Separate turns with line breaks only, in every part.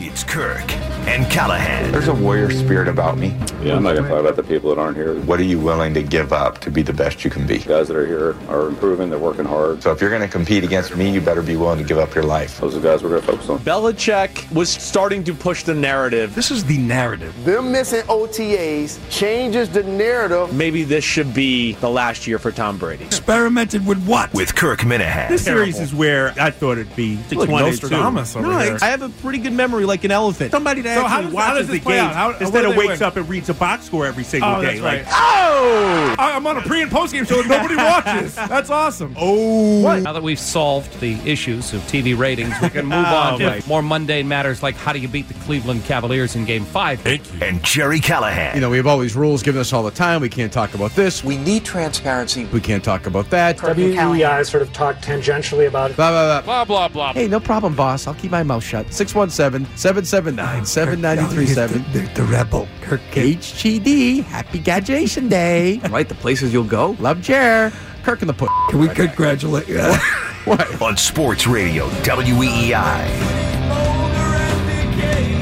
It's Kirk and Callahan.
There's a warrior spirit about me.
Yeah, I'm not gonna talk about the people that aren't here.
What are you willing to give up to be the best you can be?
The guys that are here are improving. They're working hard.
So if you're going to compete against me, you better be willing to give up your life.
Those are the guys we're gonna focus on.
Belichick was starting to push the narrative.
This is the narrative.
Them missing OTAs changes the narrative.
Maybe this should be the last year for Tom Brady.
experimented with what?
With Kirk Minahan.
this series is where I thought it'd be six
like
one and
Nostradamus
two.
over
no, I-
here.
I have a pretty good memory, like an elephant. Somebody that
So how
actually
does- how
watches
does
the
this play
game
out? How- what
instead
do
of
they
wakes
win?
up and reads a box score every single
Oh,
day.
that's right.
Like, oh,
I- I'm on a pre and post game show and nobody watches. That's awesome.
oh,
Now that we've solved the issues of TV ratings, we can move on
Oh,
to
my.
more mundane matters like how do you beat the Cleveland Cavaliers in Game Five?
And Jerry Callahan.
You know, we have all these rules given us all the time. We can't talk about this. We need transparency. We can't talk about that. Blah,
WEI sort of talked tangentially about it.
blah, blah.
Blah blah blah.
Hey, no problem, boss. I'll keep my mouth shut. 617 779 7937.
The, the rebel, Kirk
HGD. Happy graduation day. right, the places you'll go. Love chair. Kirk and the put.
Can we congratulate you?
What?
On Sports Radio, E WEEI.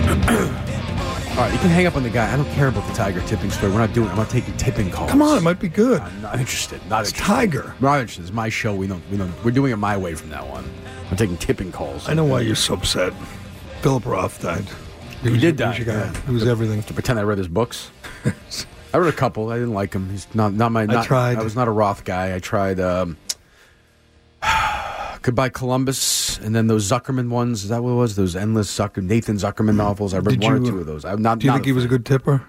All right, you can hang up on the guy. I don't care about the Tiger tipping story. We're not doing it. I'm not taking tipping calls.
Come on, it might be good.
I'm not interested. Not
It's
interested.
Tiger.
We're not interested. It's my show. We don't. We don't. We're doing it my way from now on. I'm taking tipping calls.
I know why you're so upset. Philip Roth died.
He
was-
did die,
He was, your guy.
yeah.
He was everything.
to pretend I read his books. I read a couple. I didn't like him. He's not not my. Not,
tried.
I was not a Roth guy. I tried. Um, Goodbye Columbus, and then those Zuckerman ones. Is that what it was? Those endless Zucker Nathan Zuckerman novels. I read
Did
one
you,
or
uh,
two of those. I'm not.
Do you
not
think he was a good tipper?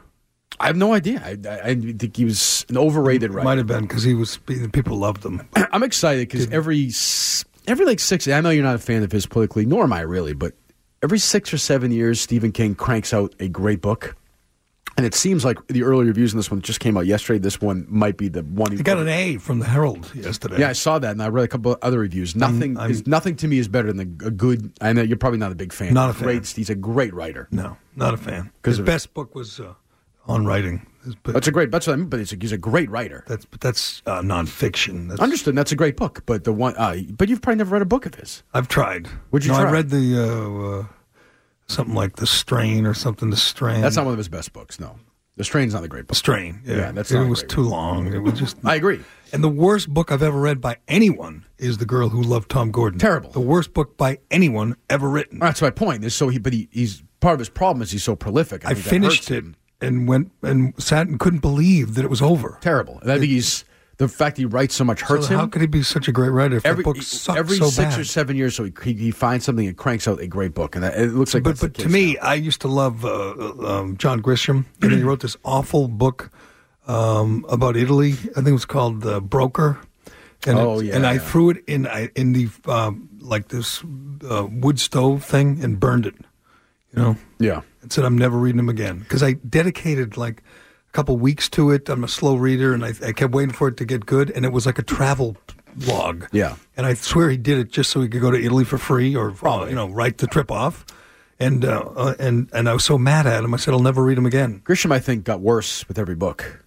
I have no idea. I, I, I think he was an overrated writer.
Might have been because he was. People loved him.
I'm excited because every s- every like six. I know you're not a fan of his politically, nor am I really, but every six or seven years, Stephen King cranks out a great book. And it seems like the early reviews on this one that just came out yesterday. This one might be the one.
He got an A from the Herald yesterday.
Yeah, I saw that, and I read a couple of other reviews. Nothing
I'm-
is nothing to me is better than a, a good. I know you're probably not a big fan.
Not a fan.
Great, he's a great writer.
No, not a fan.
'Cause
His
of-
best book was uh, on writing. His, but
That's a great. That's what I mean. But it's a, he's a great writer.
that's but that's uh, nonfiction. That's,
Understood. That's a great book. But the one. Uh, but you've probably never read a book of his.
I've tried.
What'd you
no,
try?
I read the uh, uh, something like the Strain or something. The Strain.
That's not one of his best books. No, The Strain's not a great book.
Strain. Yeah,
Yeah, that's
it
not a
was
great
too long. It was just.
I agree.
And the worst book I've ever read by anyone is The Girl Who Loved Tom Gordon.
Terrible.
The worst book by anyone ever written.
That's my point. Is so he, but he, he's part of his problem is he's so prolific.
I
think that hurts
finished it
him.
and went and sat and couldn't believe that it was over.
Terrible. And I think he's the fact he writes so much hurts
so
him.
How could he be such a great writer if
every e,
the book sucked
every
so
six
bad?
or seven years, so he, he, he finds something and cranks out a great book, and that, it looks like.
but
that's the
but to
case
me,
now.
I used to love uh, uh, um, John Grisham, and he wrote this awful book um, about Italy. I think it was called The Broker. And
Oh,
it-
yeah,
and I
yeah.
threw it in I, in the um, like this uh, wood stove thing and burned it. You know,
yeah,
and said I'm never reading them again because I dedicated like a couple weeks to it. I'm a slow reader, and I, I kept waiting for it to get good, and it was like a travel log.
Yeah.
and I swear he did it just so he could go to Italy for free, or
Oh,
you know, write the trip off. And uh, uh, and and I was so mad at him. I said I'll never read him again.
Grisham, I think, got worse with every book.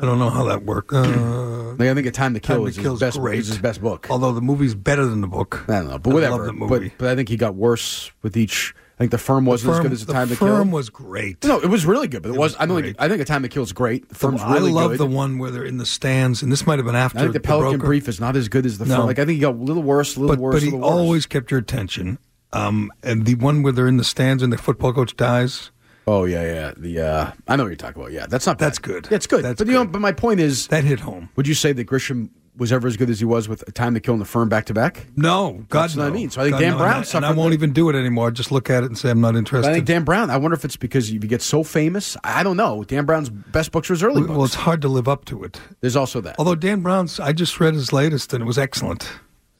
I don't know how that worked. Uh,
Like I think, A Time to Kill
Time to
is his
Kill's
best.
great.
Is his best book.
Although the movie's better than the book.
I don't know, but
I
whatever.
Love the
but,
movie.
but I think he got worse with each. I think the firm wasn't
Firm-
as good as a
the
time to kill.
firm was great.
no, it was really good, but it,
It
was.
was
I don't think.
great.
I think a time to kill is great. The firm's
I
really
love
good.
the one where they're in the stands, and this might have been after
I think the Pelican
broker.
Brief is not as good as the
No.
firm. Like I think he got a little worse, a little
but,
worse.
But
a
he
little worse.
always kept your attention. Um, and the one where they're in the stands and the football coach dies,
Oh yeah, yeah. The uh, I know what you're talking about. Yeah, that's not.
That's
bad.
good.
Yeah, it's good.
That's
but you know,
good.
but my point is,
that hit home.
would you say that Grisham was ever as good as he was with a time to kill and the firm back to back?
No, God
That's what I
no.
mean. So I think
God,
Dan
no,
Brown
and I- and
suffered
I won't
the-
even do it anymore. I just look at it and say I'm not
But
interested.
I think Dan Brown. I wonder if it's because you get so famous. I don't know. Dan Brown's best books were his early
well, it's
books.
hard to live up to it.
There's also that.
Although Dan Brown's, I just read his latest and it was excellent.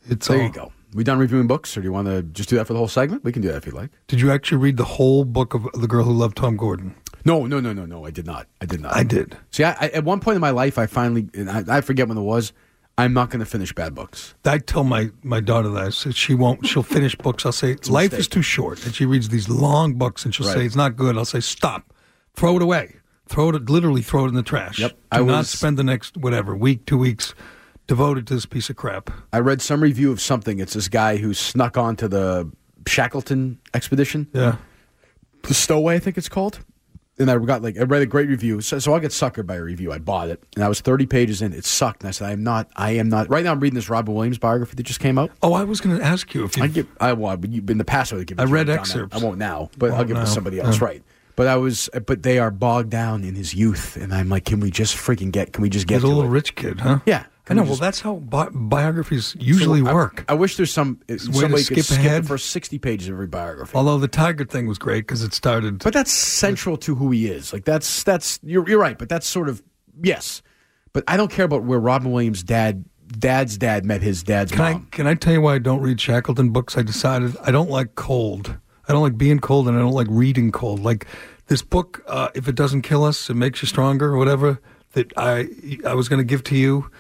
It's
there
all-
you go. We done reviewing books, or do you want to just do that for the whole segment? We can do that if you like.
Did you actually read the whole book of The Girl Who Loved Tom Gordon?
No, no, no, no, no. I did not. I did not.
I did.
See, I, I, at one point in my life, I finally, and I, I forget when it was, I'm not going to finish bad books.
I tell my, my daughter that I said she won't. She'll finish books. I'll say
a
life
mistake.
is too short, and she reads these long books, and she'll
Right.
say it's not good. I'll say stop, throw it away, throw it literally throw it in the trash.
Yep.
Do
I
not
was-
spend the next whatever week, two weeks, devoted to this piece of crap.
I read some review of something. It's this guy who snuck onto the Shackleton expedition.
Yeah.
The Stowaway, I think it's called. And I got like I read a great review, so, so I get suckered by a review. I bought it, and I was thirty pages in. It sucked, and I said, "I am not. I am not." Right now, I'm reading this Robin Williams biography that just came out.
Oh, I was going to ask you if you.
I give. I well, I- you, in the past I would give. It
I
to
read
John Allen.
excerpts.
I won't now, but I'll
Won't
give it to
now.
somebody else.
Yeah.
Right. But I was. But they are bogged down in his youth, and I'm like, can we just freaking get? Can we just get
He's a
to
little
it?
rich kid, huh?
Yeah.
I
Can
know.
we
Well,
just-
that's how bi- biographies usually
I-
work.
I, wish there's some
a way to
somebody could
skip
skip
ahead.
the first sixty pages of every biography.
Although the tiger thing was great because it started.
But that's central to who he is. Like that's that's you're you're right, but that's sort of yes. But I don't care about where Robin Williams' dad dad's dad met his dad's
Can
mom.
I can I tell you why I don't read Shackleton books? I decided I don't like cold. I don't like being cold, and I don't like reading cold. Like this book, uh, if it doesn't kill us, it makes you stronger, or whatever. That I I was going to give to you.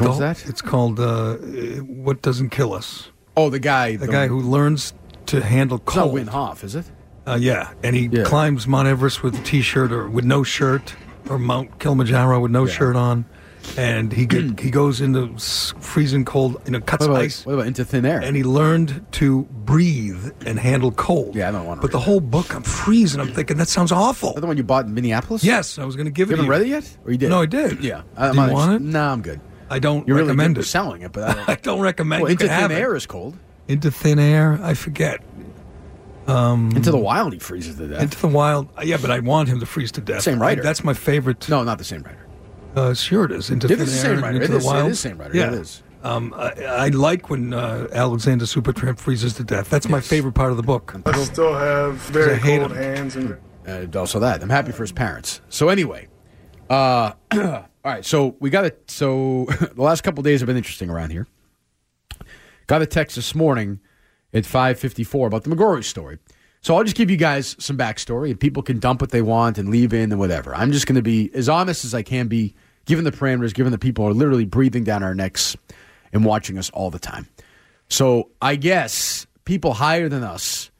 It's
one's
called-
that?
It's called uh, "What Doesn't Kill Us."
oh, the guy
The guy who learns to handle
it's not
cold.
Win Hof, is it?
Uh, yeah, and he
Yeah.
climbs Mount Everest with a t-shirt or with no shirt, or Mount Kilimanjaro with no shirt on, and he get, he goes into s- freezing cold, you know, cuts
What about,
ice,
what about Into Thin Air?
and he learned to breathe and handle cold.
Yeah, I don't wanna
But the
read
whole book, I'm freezing. I'm thinking that sounds awful.
Another one you bought in Minneapolis?
Yes, I was going to give
You
it. to
haven't
you.
read it yet? Or you did?
No, I did.
Yeah.
Do you want it?
No, I'm good.
I don't
You're really
recommend
good for
it.
selling it, but I don't.
I don't recommend
well,
you
Into
could
Thin
have it.
Air is cold.
Into thin air. I forget.
Into the Wild, he freezes to death.
Into the wild. uh, Yeah, but I want him to freeze to death.
Same
Like,
writer.
that's my favorite.
no, not the same writer.
Uh, sure, it is. Into
It
thin
is the
air
same
and
writer.
Into
It
the
is- it
wild.
is same writer. Yeah, it is.
Um, I, I like when uh, Alexander Supertramp freezes to death. That's my favorite part of the book.
I still have
I
very
hate
cold
him.
hands and
and also uh, that. I'm happy for his parents. So anyway, uh, all right. So we got it. So the last couple days have been interesting around here. Got a text this morning at 5:54 about the McGrory story. So I'll just give you guys some backstory, and people can dump what they want and leave in and whatever. I'm just going to be as honest as I can be, given the parameters, given the people are literally breathing down our necks and watching us all the time. So I guess people higher than us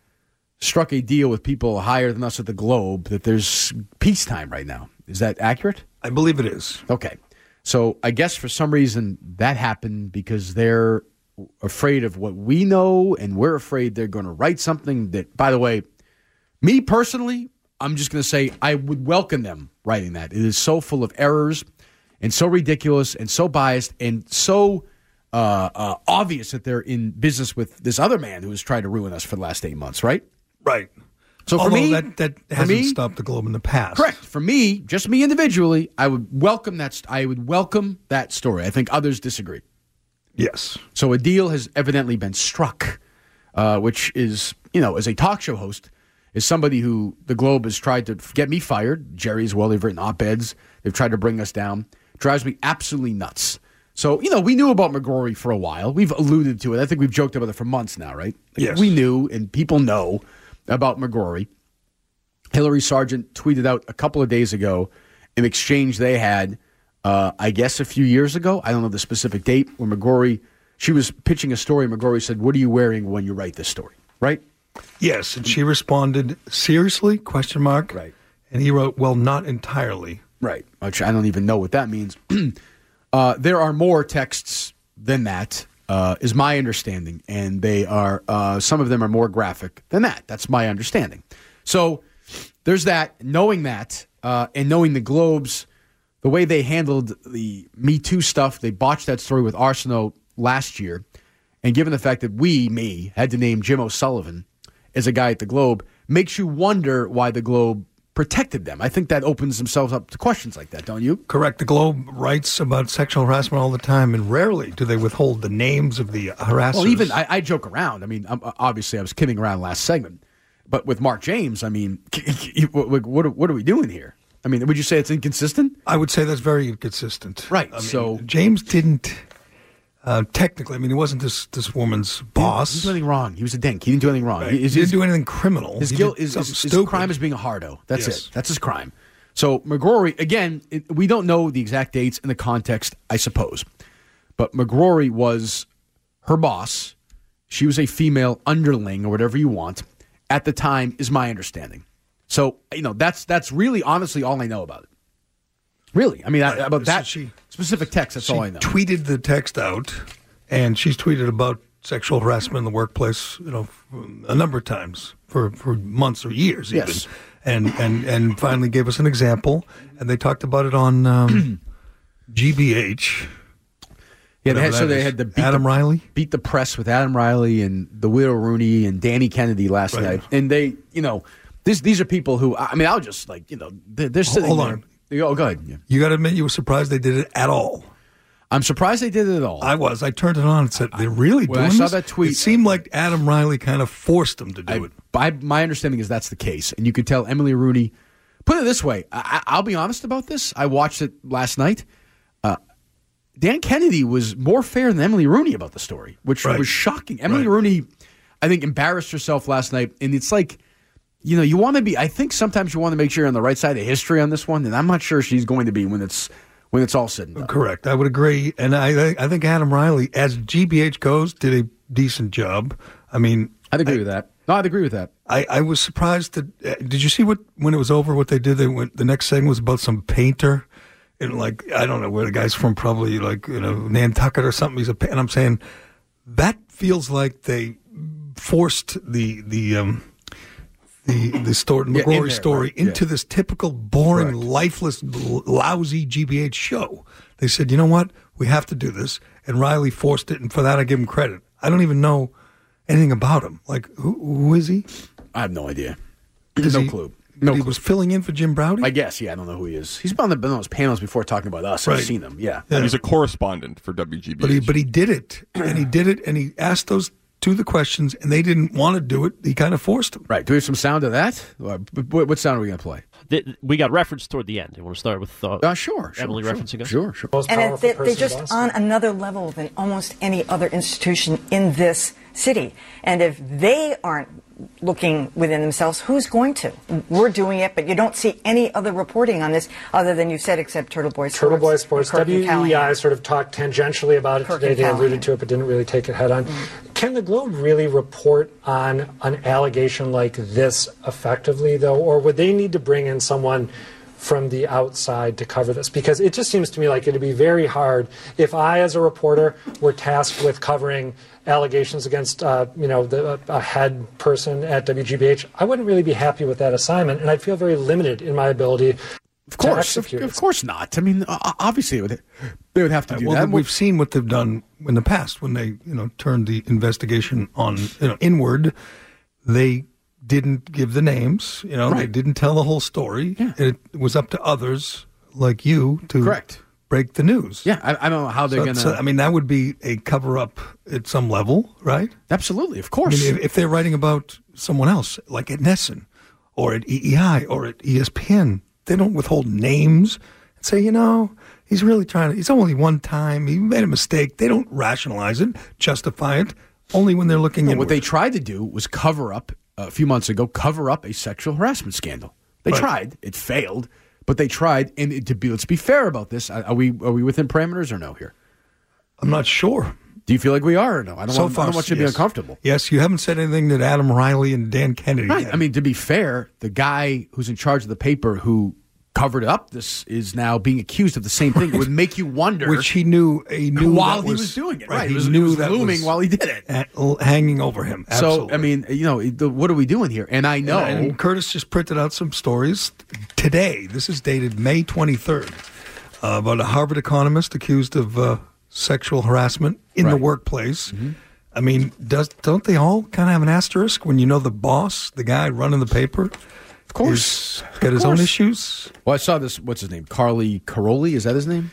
struck a deal with people higher than us at the globe that there's peacetime right now. Is that accurate?
I believe it is.
Okay. So I guess for some reason that happened because they're afraid of what we know and we're afraid they're going to write something that, by the way, me personally, I'm just going to say I would welcome them writing that. It is so full of errors and so ridiculous and so biased and so uh, uh, obvious that they're in business with this other man who has tried to ruin us for the last eight months, right?
Right.
So for
Although
me,
Oh, that, that
for
hasn't
me-
stopped the globe in the past.
Correct. For me, just me individually, I would welcome that. St- I would welcome that story. I think others disagree.
Yes.
So a deal has evidently been struck, uh, which is, you know, as a talk show host, is somebody who the Globe has tried to f- get me fired. Jerry's well, they've written op eds, they've tried to bring us down. Drives me absolutely nuts. So you know, we knew about McGrory for a while. We've alluded to it. I think we've joked about it for months now, right? Like,
Yes.
We knew, and people know about McGrory. Hillary Sargent tweeted out a couple of days ago an exchange they had, uh, I guess a few years ago. I don't know the specific date where McGrory, she was pitching a story. and McGrory said, What are you wearing when you write this story? Right?
Yes. And she responded, seriously? Question mark.
Right.
And he wrote, well, not entirely.
Right. Which I don't even know what that means. uh, there are more texts than that, uh, is my understanding. And they are, uh, some of them are more graphic than that. That's my understanding. So there's that. Knowing that, uh, and knowing the Globes, the way they handled the Me Too stuff, they botched that story with Arsenault last year. And given the fact that we, me, had to name Jim O'Sullivan as a guy at the Globe, makes you wonder why the Globe protected them. I think that opens themselves up to questions like that, don't you?
Correct. The Globe writes about sexual harassment all the time, and rarely do they withhold the names of the harassers.
Well, even I, I joke around. I mean, i obviously, I was kidding around last segment, but with Mark James, I mean, what, what, are- what are we doing here? I mean, would you say it's inconsistent?
I would say that's very inconsistent.
Right,
I mean,
so-
James didn't uh, technically. I mean, he wasn't this this woman's
He didn't
boss.
do anything wrong. He was a dink. He didn't do anything wrong.
He
His-
didn't
his-
do anything criminal.
His
He
guilt
did
is,
something
is his
stupid.
crime is being a hardo. That's
Yes.
it. That's his crime. So McGrory again. It, we don't know the exact dates and the context, I suppose, but McGrory was her boss. She was a female underling or whatever you want at the time, is my understanding. So you know that's that's really honestly all I know about it. Really, I mean I,
Right.
about
So
that
she-
specific text. That's
She
all I know.
tweeted the text out, and she's tweeted about sexual harassment in the workplace, you know, f- a number of times for, for months or years. Even.
Yes.
And, and, and finally gave us an example, and they talked about it on um, GBH.
Yeah,
Whatever
they had, so
that
they
is.
had the beat
Adam
the,
Riley?
beat the press with Adam Riley and the widow Rooney and Danny Kennedy last
Right.
night, and they, you know, this, these are people who I mean, I'll just like you know, they're, they're sitting
hold
there.
on.
They go, oh, go ahead. Yeah.
You got to admit, you were surprised they did it at all.
I'm surprised they did it at all.
I was. I turned it on and said, "They're really
When I
doing
saw
this?"
that tweet-
It seemed like Adam Riley kind of forced them to do it.
I, my understanding is that's the case, and you could tell Emily Rooney. Put it this way, I, I- I'll be honest about this. I watched it last night. Uh, Dan Kennedy was more fair than Emily Rooney about the story, which
Right.
was shocking. Emily
Right.
Rooney, I think, embarrassed herself last night, and it's like. You know, you want to be. I think sometimes you want to make sure you're on the right side of history on this one, and I'm not sure she's going to be when it's when it's all said and done.
Correct. I would agree, and I I think Adam Riley, as GBH goes, did a decent job. I mean,
I'd agree with that. No, I'd agree with that.
I, I was surprised that. Uh, did you see what when it was over? What they did? They went. The next segment was about some painter, and like I don't know where the guy's from. Probably like you know Nantucket or something. He's a. pa- And I'm saying that feels like they forced the the um the the story
Yeah, in
McGrory
there,
story
right, yeah.
into this typical boring, lifeless, l- lousy GBH show. They said, you know what? We have to do this, and Riley forced it, and for that I give him credit. I don't even know anything about him. Like who who is he?
I have no idea.
Is
No
he-
clue.
No,
No
he
clue.
was filling in for Jim Browdy.
I guess. Yeah, I don't know who he is. He's been on, the, been on those panels before talking about us.
Right.
I've seen him. Yeah.
He's a correspondent for WGB.
but he but he did it, and he did it, and he asked those two the questions, and they didn't want to do it. He kind of forced them.
Right. Do we have some sound of that? Uh, b- b- What sound are we going to play?
Th we got reference toward the end. You want to start with uh,
uh, sure, sure,
Emily
sure,
referencing us?
Sure, sure.
Most
and it,
powerful
they- they're
person in
just
Boston.
on another level than almost any other institution in this city. And if they aren't looking within themselves, who's going to? We're doing it, but you don't see any other reporting on this other than you've said, except Turtle Boy Sports.
Turtle Boy Sports,
Kirk and Callahan.
WEI sort of talked tangentially about it
Kirk
today.
and
They
Callahan.
alluded to it, but didn't really take it head on. Can the Globe really report on an allegation like this effectively, though? Or would they need to bring in someone from the outside to cover this? Because it just seems to me like it'd be very hard if I, as a reporter, were tasked with covering allegations against uh, you know the, a head person at WGBH. I wouldn't really be happy with that assignment, and I'd feel very limited in my ability.
Of course.
to
Of,
execute it.
of course not. I mean, uh, obviously, it would- they would have to do
well,
that.
then we've seen what they've done in the past when they, you know, turned the investigation on, you know, inward. They didn't give the names, you know, they
Right.
didn't tell the whole story. It was up to others like you to
Correct.
break the news.
Yeah, I, I don't know how they're
So-
going to.
so, um, I mean, that would be a cover up at some level, right?
Absolutely, of course.
if, if they're writing about someone else, like at Nesson or at EEI or at E ESPN, they don't withhold names and say, you know, he's really trying to, he's only one time, he made a mistake. They don't rationalize it, justify it, only when they're looking
No,
at
what they tried to do was cover up uh, a few months ago, cover up a sexual harassment scandal. They
Right.
tried, it failed, but they tried. And it- to be, let's be fair about this, are are we are we within parameters or no here?
I'm not sure.
Do you feel like we are or no? I don't
so
want,
far,
I don't want you to
yes.
be uncomfortable.
Yes, you haven't said anything that Adam Riley and Dan Kennedy.
Right. I mean, to be fair, the guy who's in charge of the paper who covered up this is now being accused of the same thing. It would make you wonder.
which he knew he knew
While
that
he was doing it, right.
He
It was- it
knew
was
that
looming
was
while he did it.
at- l- hanging over him.
so,
Absolutely.
I mean, you know, it- the, what are we doing here? And I know.
And, and Curtis just printed out some stories today. This is dated May 23rd uh, about a Harvard economist accused of uh, sexual harassment in the
Right. Mm-hmm.
workplace. I mean, does don't they all kind of have an asterisk when you know the boss, the guy running the paper, of
course.
got
Of
his
course.
own issues?
well, I saw this. What's his name? Carly Caroli. Is that his name?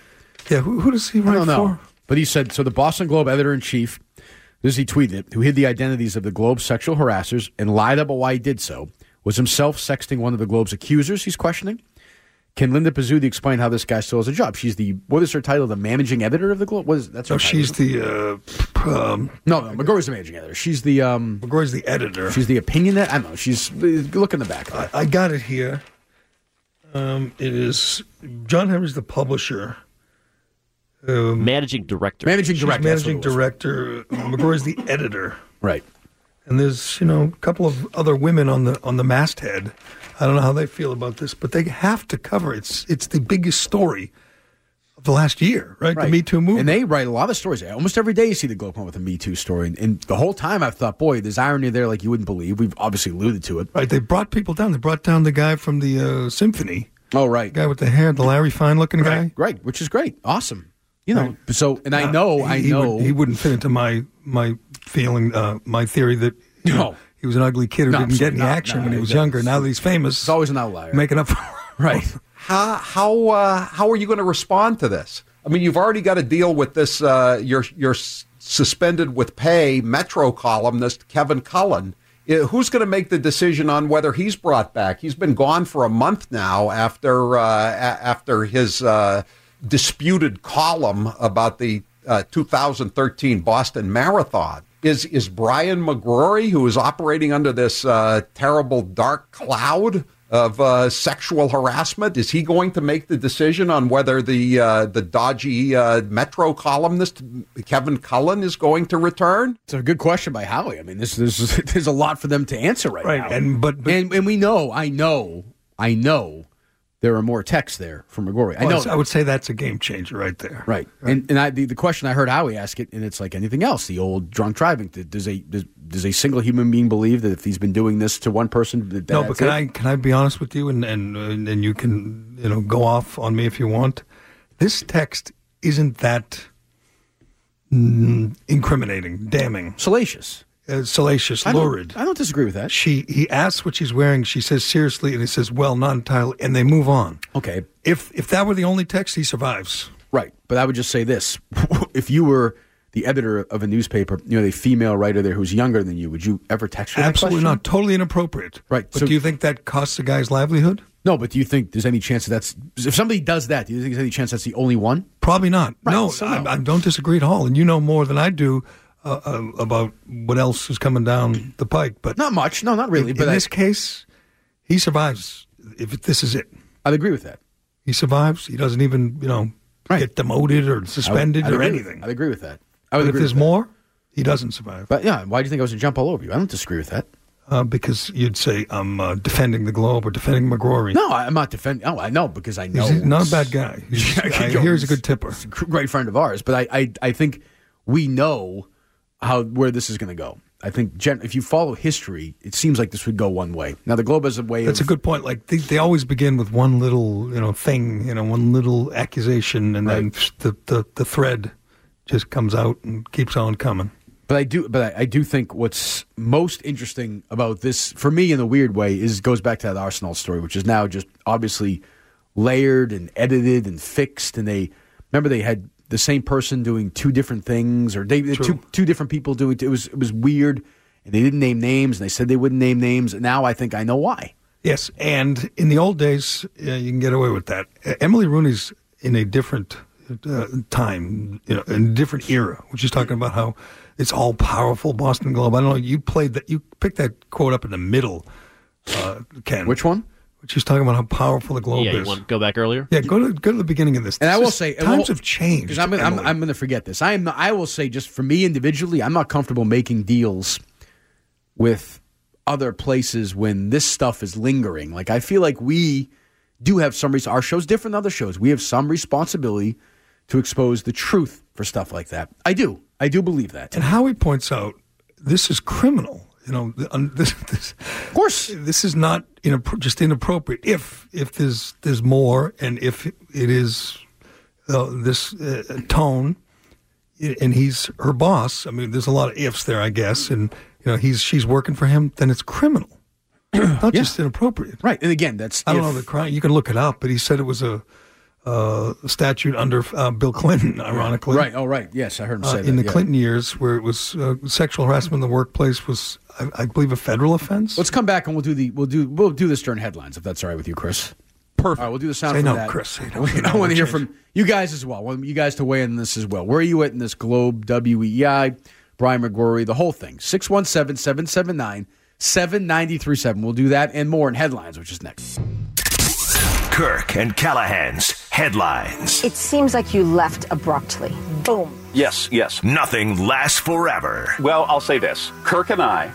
Yeah, who, who does he write
I don't know.
for?
But he said so. The Boston Globe editor in chief, this is he tweeted, who hid the identities of the Globe's sexual harassers and lied about why he did so, was himself sexting one of the Globe's accusers. He's questioning. Can Linda Pizzuti explain how this guy still has a job? She's the what is her title? The managing editor of the Globe. What is that's her?
No, she's
title.
the uh, um,
no, no. McGorry's the managing editor. She's the um.
McGroy's the editor.
She's the opinion that I don't know. She's look in the back.
I, I got it here. Um, it is John Henry's the publisher. Um,
Managing director.
Managing
She's
director. that's what
managing
it was.
director. McGroy's the editor,
Right.
and there's you know a couple of other women on the on the masthead. I don't know how they feel about this, but they have to cover it. it's it's the biggest story of the last year, right? The Me Too movement.
And they write a lot of stories. Almost every day you see the Glowcon with a Me Too story. And, and the whole time I've thought, boy, there's irony there like you wouldn't believe. We've obviously alluded to it.
Right. They brought people down. They brought down the guy from the uh, symphony.
Oh, right.
The guy with the hair, the Larry Fine looking guy.
Right, which is great. Awesome. You know, so, and I know, I
he
know.
Would, he wouldn't fit into my my feeling, uh, my theory that you know, he was an ugly kid who
No,
didn't get any
absolutely not.
action
No,
when he was
that's-
younger. Now that he's famous,
it's always an outlier.
making up for
right.
How how uh, how are you going to respond to this? I mean, you've already got to deal with this. Uh, your your s- suspended with pay Metro columnist Kevin Cullen. Uh, Who's going to make the decision on whether he's brought back? He's been gone for a month now after uh, a- after his uh, disputed column about the uh, 2013 Boston Marathon. Is is Brian McGrory, who is operating under this uh, terrible dark cloud of uh, sexual harassment, is he going to make the decision on whether the uh, the dodgy uh, Metro columnist Kevin Cullen is going to return?
It's a good question by Howie. I mean, this this is there's a lot for them to answer right,
Right,
now.
and but,
and and we know, I know, I know, there are more texts there from Magori. I
Well,
know.
I would say that's a game changer right there.
Right. And and I, the, the question I heard Howie ask it, and it's like anything else, the old drunk driving. Th- Does a does, does a single human being believe that if he's been doing this to one person, that
no, but
that's
can
it?
I can I be honest with you, and and and and you can you know go off on me if you want. This text isn't that mm, incriminating, damning,
salacious,
uh, salacious,
I don't-
lurid.
I don't disagree with that.
She he asks what she's wearing. She says seriously, and he says, "Well, not entirely," and they move on.
Okay.
If if that were the only text, he survives.
Right. But I would just say this: if you were the editor of a newspaper, you know, the female writer there who's younger than you, would you ever text her? that
Absolutely
question?
not. Totally inappropriate.
Right.
But
so-
do you think that costs a guy's livelihood?
No, but do you think there's any chance that that's if somebody does that? Do you think there's any chance that's the only one?
Probably not.
Right,
no,
so no.
I, I don't disagree at all. And you know more than I do uh, uh, about what else is coming down the pike. But
not much. No, not really.
In,
but
in
I-
this case, he survives. If this is it,
I'd agree with that.
He survives. He doesn't even you know get demoted or suspended
I'd
or
agree with-
anything.
I'd agree with that. I would
but if
agree
there's
with that.
more, he doesn't survive.
But yeah, why do you think I was gonna jump all over you? I don't disagree with that.
Uh, because you'd say I'm uh, defending the globe or defending McGrory.
No, I- I'm not defending. Oh, I know because I know
he's not a bad guy. He's,
I could
I
go-
hear he's a good tipper.
He's a gr- great friend of ours. But I, I, I think we know how where this is going to go. I think gen- if you follow history, it seems like this would go one way. Now the Globe is a way.
That's a
of,
good point. Like they, they always begin with one little, you know, thing, you know, one little accusation, and then the, the the thread just comes out and keeps on coming.
But I do, but I, I do think what's most interesting about this, for me, in a weird way, is goes back to that Arsenal story, which is now just obviously layered and edited and fixed. And they remember they had the same person doing two different things, or they two two different people doing. It was it was weird, and they didn't name names, and they said they wouldn't name names. And now I think I know why.
Yes, and in the old days, uh, you can get away with that. Uh, Emily Rooney's in a different uh, time, you know, in a different era. Which is talking about how it's all powerful Boston Globe. I don't know. You played that. You picked that quote up in the middle, uh, Ken. Which
one?
She's talking about how powerful the globe
yeah, you
is.
want to go back earlier?
Yeah, go to go to the beginning of this.
And I
This
will
is-
say
times have changed.
Because I'm gonna, I'm, I'm going to forget this. I am. Not, I will say just for me individually, I'm not comfortable making deals with other places when this stuff is lingering. Like I feel like we do have some. Res- our show's different than other shows. We have some responsibility to expose the truth for stuff like that. I do. I do believe that.
And Howie points out this is criminal. You know, th- un- this, this, of
course,
this is not inappro- just inappropriate. If if there's there's more, and if it is uh, this uh, tone, i- and he's her boss. I mean, there's a lot of ifs there, I guess. And you know, he's she's working for him. Then it's criminal, not just inappropriate.
Right. And again, that's
I don't
if-
know the crime. You can look it up, but he said it was a. Uh, statute under uh, Bill Clinton, ironically,
Right. Oh, right. Yes, I heard him
uh,
say that.
in the
yeah.
Clinton years, where it was uh, sexual harassment in the workplace was, I, I believe, a federal offense.
Let's come back and we'll do the we'll do we'll do this during headlines if that's all right with you, Chris.
Perfect.
All right, we'll do the sound
Say
from
no,
that.
Chris. Say no,
I
say no,
want
we'll
to hear
change
from you guys as well. I want you guys to weigh in on this as well. Where are you at in this Globe, WEI, Brian McGrory, the whole thing? 617 779 7937. We'll do that and more in headlines, which is next.
Kirk and Callahan's headlines.
It seems like you left abruptly. Boom.
Yes, yes. Nothing lasts forever.
Well, I'll say this Kirk and I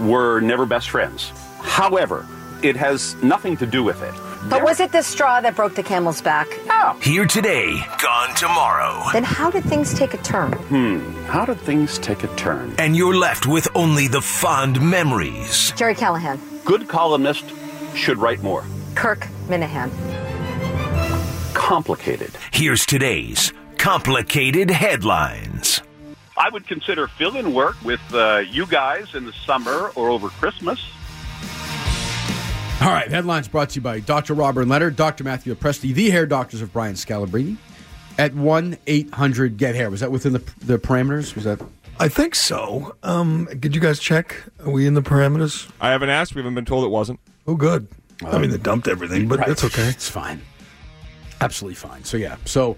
were never best friends. However, it has nothing to do with it.
But was it the straw that broke the camel's back? No.
Here today, gone tomorrow.
Then how did things take a turn?
Hmm, how did things take a turn?
And you're left with only the fond memories.
Jerry Callahan,
Good columnist should write more.
Kirk Minahan.
Complicated.
Here's today's complicated headlines.
I would consider fill in work with uh, you guys in the summer or over Christmas.
All right, headlines brought to you by Dr. Robert Leonard, Dr. Matthew Presti, the hair doctors of Brian Scalabrini, at 1 800 Get Hair. Was that within the, the parameters? Was that.
I think so. Um, did you guys check? Are we in the parameters?
I haven't asked. We haven't been told it wasn't.
Oh, good. I mean, they dumped everything, but
Right.
that's okay.
It's fine. Absolutely fine. So, yeah. So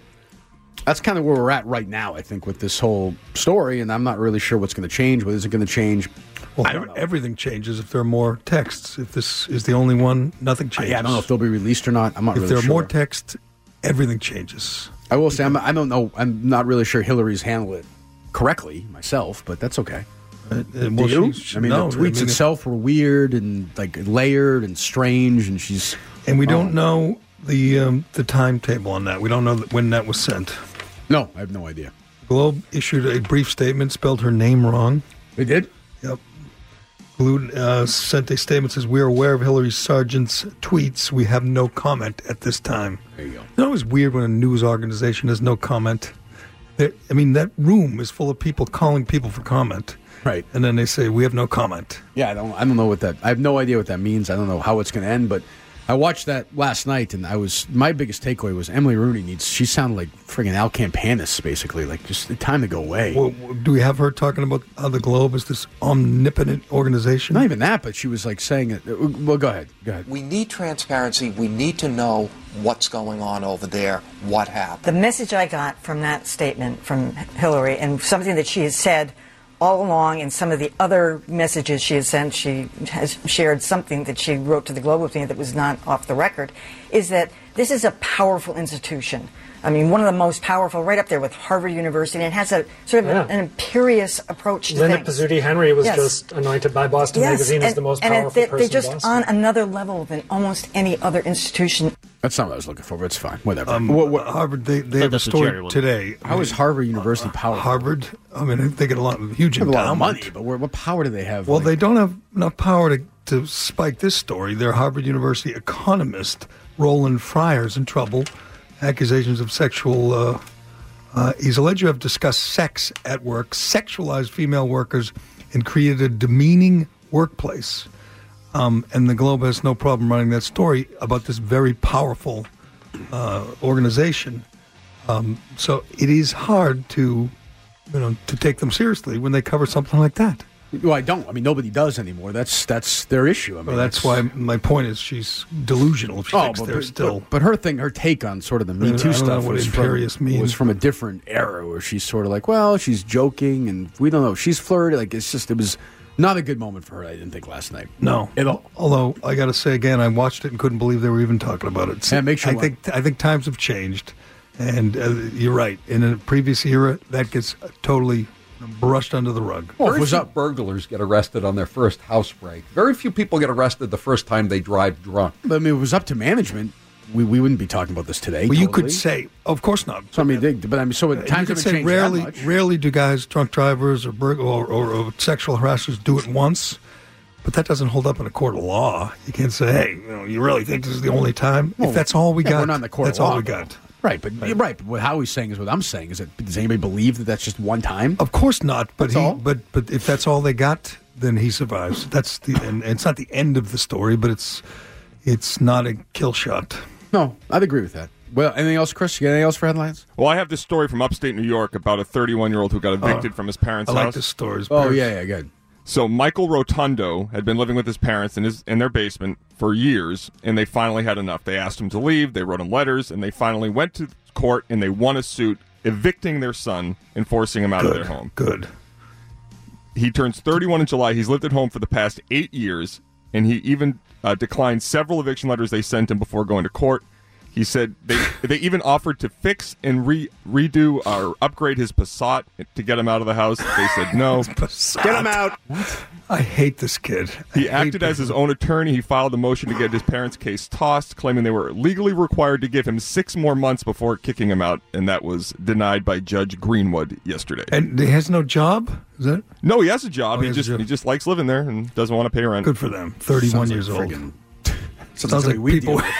that's kind of where we're at right now, I think, with this whole story. And I'm not really sure what's going to change, what isn't going to change.
Well, everything changes if there are more texts. If this is the only one, nothing
I-
changes.
yeah, I don't know if they'll be released or not. I'm not
if
really
there are
sure.
more texts, everything changes.
I will say I'm, I don't know. I'm not really sure Hillary's handled it correctly myself, but that's okay.
Uh, uh,
Do
well,
you?
she- she-
I mean,
no, I
the tweets
mean-
itself were weird and like layered and strange, and she's
And we
Oh.
don't know the um, the timetable on that. We don't know that when that was sent.
No, I have no idea.
Globe issued a brief statement, spelled her name wrong.
They did.
Yep. Glued uh, sent a statement says we are aware of Hillary Sargent's tweets. We have no comment at this time. There
you go.
It's always weird when a news organization has no comment. There- I mean, that room is full of people calling people for comment.
Right.
And then they say we have no comment.
Yeah, I don't. I don't know what that. I have no idea what that means. I don't know how it's going to end. But I watched that last night, and I was my biggest takeaway was Emily Rooney needs. She sounded like friggin' Al Campanis, basically. Like just the time to go away.
Well, do we have her talking about how the Globe is this omnipotent organization?
Not even that, but she was like saying it. Well, go ahead. Go ahead.
We need transparency. We need to know what's going on over there, what happened.
The message I got from that statement from Hillary and something that she has said all along and some of the other messages she has sent, she has shared something that she wrote to the Globe with me that was not off the record, is that this is a powerful institution. I mean, one of the most powerful, right up there with Harvard University, and has a sort of
Yeah.
an imperious approach to
Linda
things.
Pizzuti Henry was
Yes.
just anointed by Boston
Yes,
Magazine as
and-
the most
and it-
powerful
they're,
person.
They're just
in Boston.
on another level than almost any other institution.
That's not what I was looking for, but it's fine. Whatever.
Um,
what, what,
Harvard, they, they
But
have a
that's the charity
story
one.
today.
How is Harvard University powerful?
Harvard, I mean, they get a lot of huge
They have a lot of
endowment.
money, but where, what power do they have?
Well, they don't have enough power to, to spike this story. Their Harvard University economist, Roland Fryer, is in trouble. Accusations of sexual. Uh, uh, he's alleged to have discussed sex at work, sexualized female workers, and created a demeaning workplace. Um, and the Globe has no problem running that story about this very powerful uh, organization. Um, so it is hard to, you know, to take them seriously when they cover something like that.
Well, I don't. I mean, nobody does anymore. That's that's their issue. I mean,
Well, that's why my point is she's delusional. If she thinks they're still.
Oh, But, her thing, her take on sort of the
I
Me
don't
Too
know
stuff
what
was,
imperious
from,
means.
was from a different era where she's sort of like, well, she's joking and we don't know. She's flirting. Like, it's just, it was not a good moment for her, I didn't think, last night.
no, although I got to say again, I watched it and couldn't believe they were even talking about it.
Yeah, it makes you
I
laugh.
think I think times have changed, and uh, you're right. In a previous era, that gets totally brushed under the rug.
Oh,
Very few burglars get arrested on their first house break. Very few people get arrested the first time they drive drunk.
But I mean, it was up to management. We, we wouldn't be talking about this today.
Well, you could
totally.
say, of course not.
So, I mean, they, but I mean, so
Uh, You
times
could
haven't
say
changed
rarely,
that much.
rarely do guys, drunk drivers, or, burg- or, or, or sexual harassers do it once, but that doesn't hold up in a court of law. You can't say, "Hey, you, know, you really think this is the only time?"
Well,
if that's all we
yeah,
got,
we're not in the court of
that's all
law,
we
but-
got.
Right, but right. right, but what Howie's saying is what I'm saying is that does anybody believe that that's just one time?
Of course not. But
That's
he,
all.
but but if that's all they got, then he survives. That's the and, and it's not the end of the story, but it's it's not a kill shot.
No, I'd agree with that. Well, anything else, Chris? You got anything else for headlines?
Well, I have this story from upstate New York about a 31 year old who got evicted
Oh.
from his parents'
I like
house.
this story. It's
Oh
perfect.
yeah, yeah, good.
So Michael Rotundo had been living with his parents in his in their basement for years, and they finally had enough. They asked him to leave. They wrote him letters, and they finally went to court and they won a suit, evicting their son and forcing him out of their home.
Good.
He turns 31 in July. He's lived at home for the past eight years, and he even uh, declined several eviction letters they sent him before going to court. He said they they even offered to fix and re, redo or upgrade his Passat to get him out of the house. They said no.
Get him out. I hate this kid.
He acted as his own attorney. He filed a motion to get his parents' case tossed, claiming they were legally required to give him six more months before kicking him out, and that was denied by Judge Greenwood yesterday.
And he has no job? Is that?
No, he has a job.
Oh, he
he
has a
just
job.
he just likes living there and doesn't want to pay rent.
Good for them. 31 years old. Sounds like people.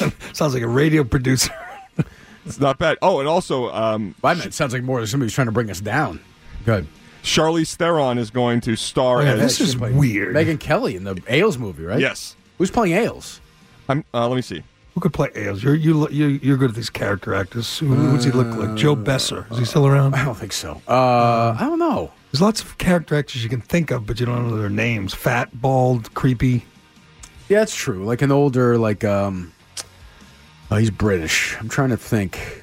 sounds like a radio producer.
it's not bad. Oh, and also, um,
it sounds like more like somebody's trying to bring us down. Good.
Charlize Theron is going to
Oh,
star. as,
Megan Kelly in the Ailes movie, right?
Yes.
Who's playing Ailes?
I'm. Uh, let me see.
Who could play Ailes? You're you lo- you you're good at these character actors. Who, who does he look like? Joe Besser? Is he still around? I
don't think so. Uh, I don't know.
There's lots of character actors you can think of, but you don't know their names. Fat, bald, creepy.
Yeah, it's true. Like an older, like um, oh, he's British. I'm trying to think.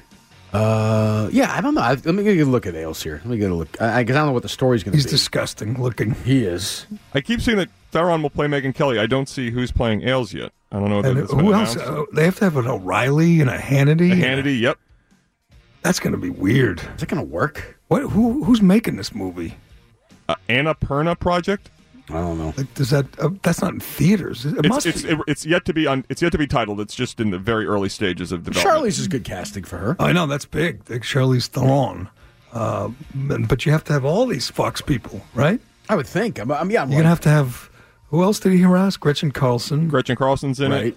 Uh, yeah, I don't know. I, let me get a look at Ailes here. Let me get a look. I, I, 'cause I don't know what the story's going to be. He's
disgusting looking.
He is.
I keep seeing that Theron will play Megan Kelly. I don't see who's playing Ailes yet. I don't know if
And
that's been
who else?
announced.
Uh, they have to have an O'Reilly and a Hannity.
A Hannity, yep.
That's going to be weird. Is
that going to work?
What? Who? Who's making this movie?
Uh, Anna Perna Project.
I don't know.
Like, does that? Uh, that's not in theaters. It
It's,
must
it's,
be.
it- it's yet to be on. It's yet to be titled. It's just in the very early stages of development.
Charlie's is good casting for her.
I know that's big. Like Charlize Theron. Uh, and- but you have to have all these Fox people, right?
I would think. I'm, I'm yeah. I'm
You're gonna have to have. Who else did he harass? Gretchen Carlson.
Gretchen Carlson's in it.
right.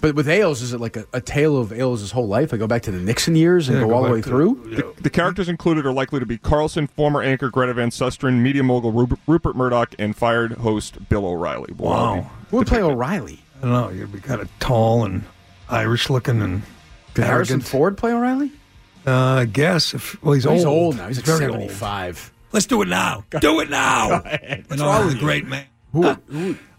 but with Ailes, is it like a, a tale of Ailes' whole life? I go back to the Nixon years and
Yeah,
go,
go
all the
back
way
to-
through.
The, the characters included are likely to be Carlson, former anchor Greta Van Susteren, media mogul Rupert, Rupert Murdoch, and fired host Bill O'Reilly. Will all be-
Who would play O'Reilly?
I don't know. You'd be kind of tall and Irish looking and
Did Harrison
arrogant.
Ford play O'Reilly?
Uh, I guess. If, well, he's,
he's
old.
old now. He's like
very old.
75.
Let's do it now. Do it now. It's all the great man.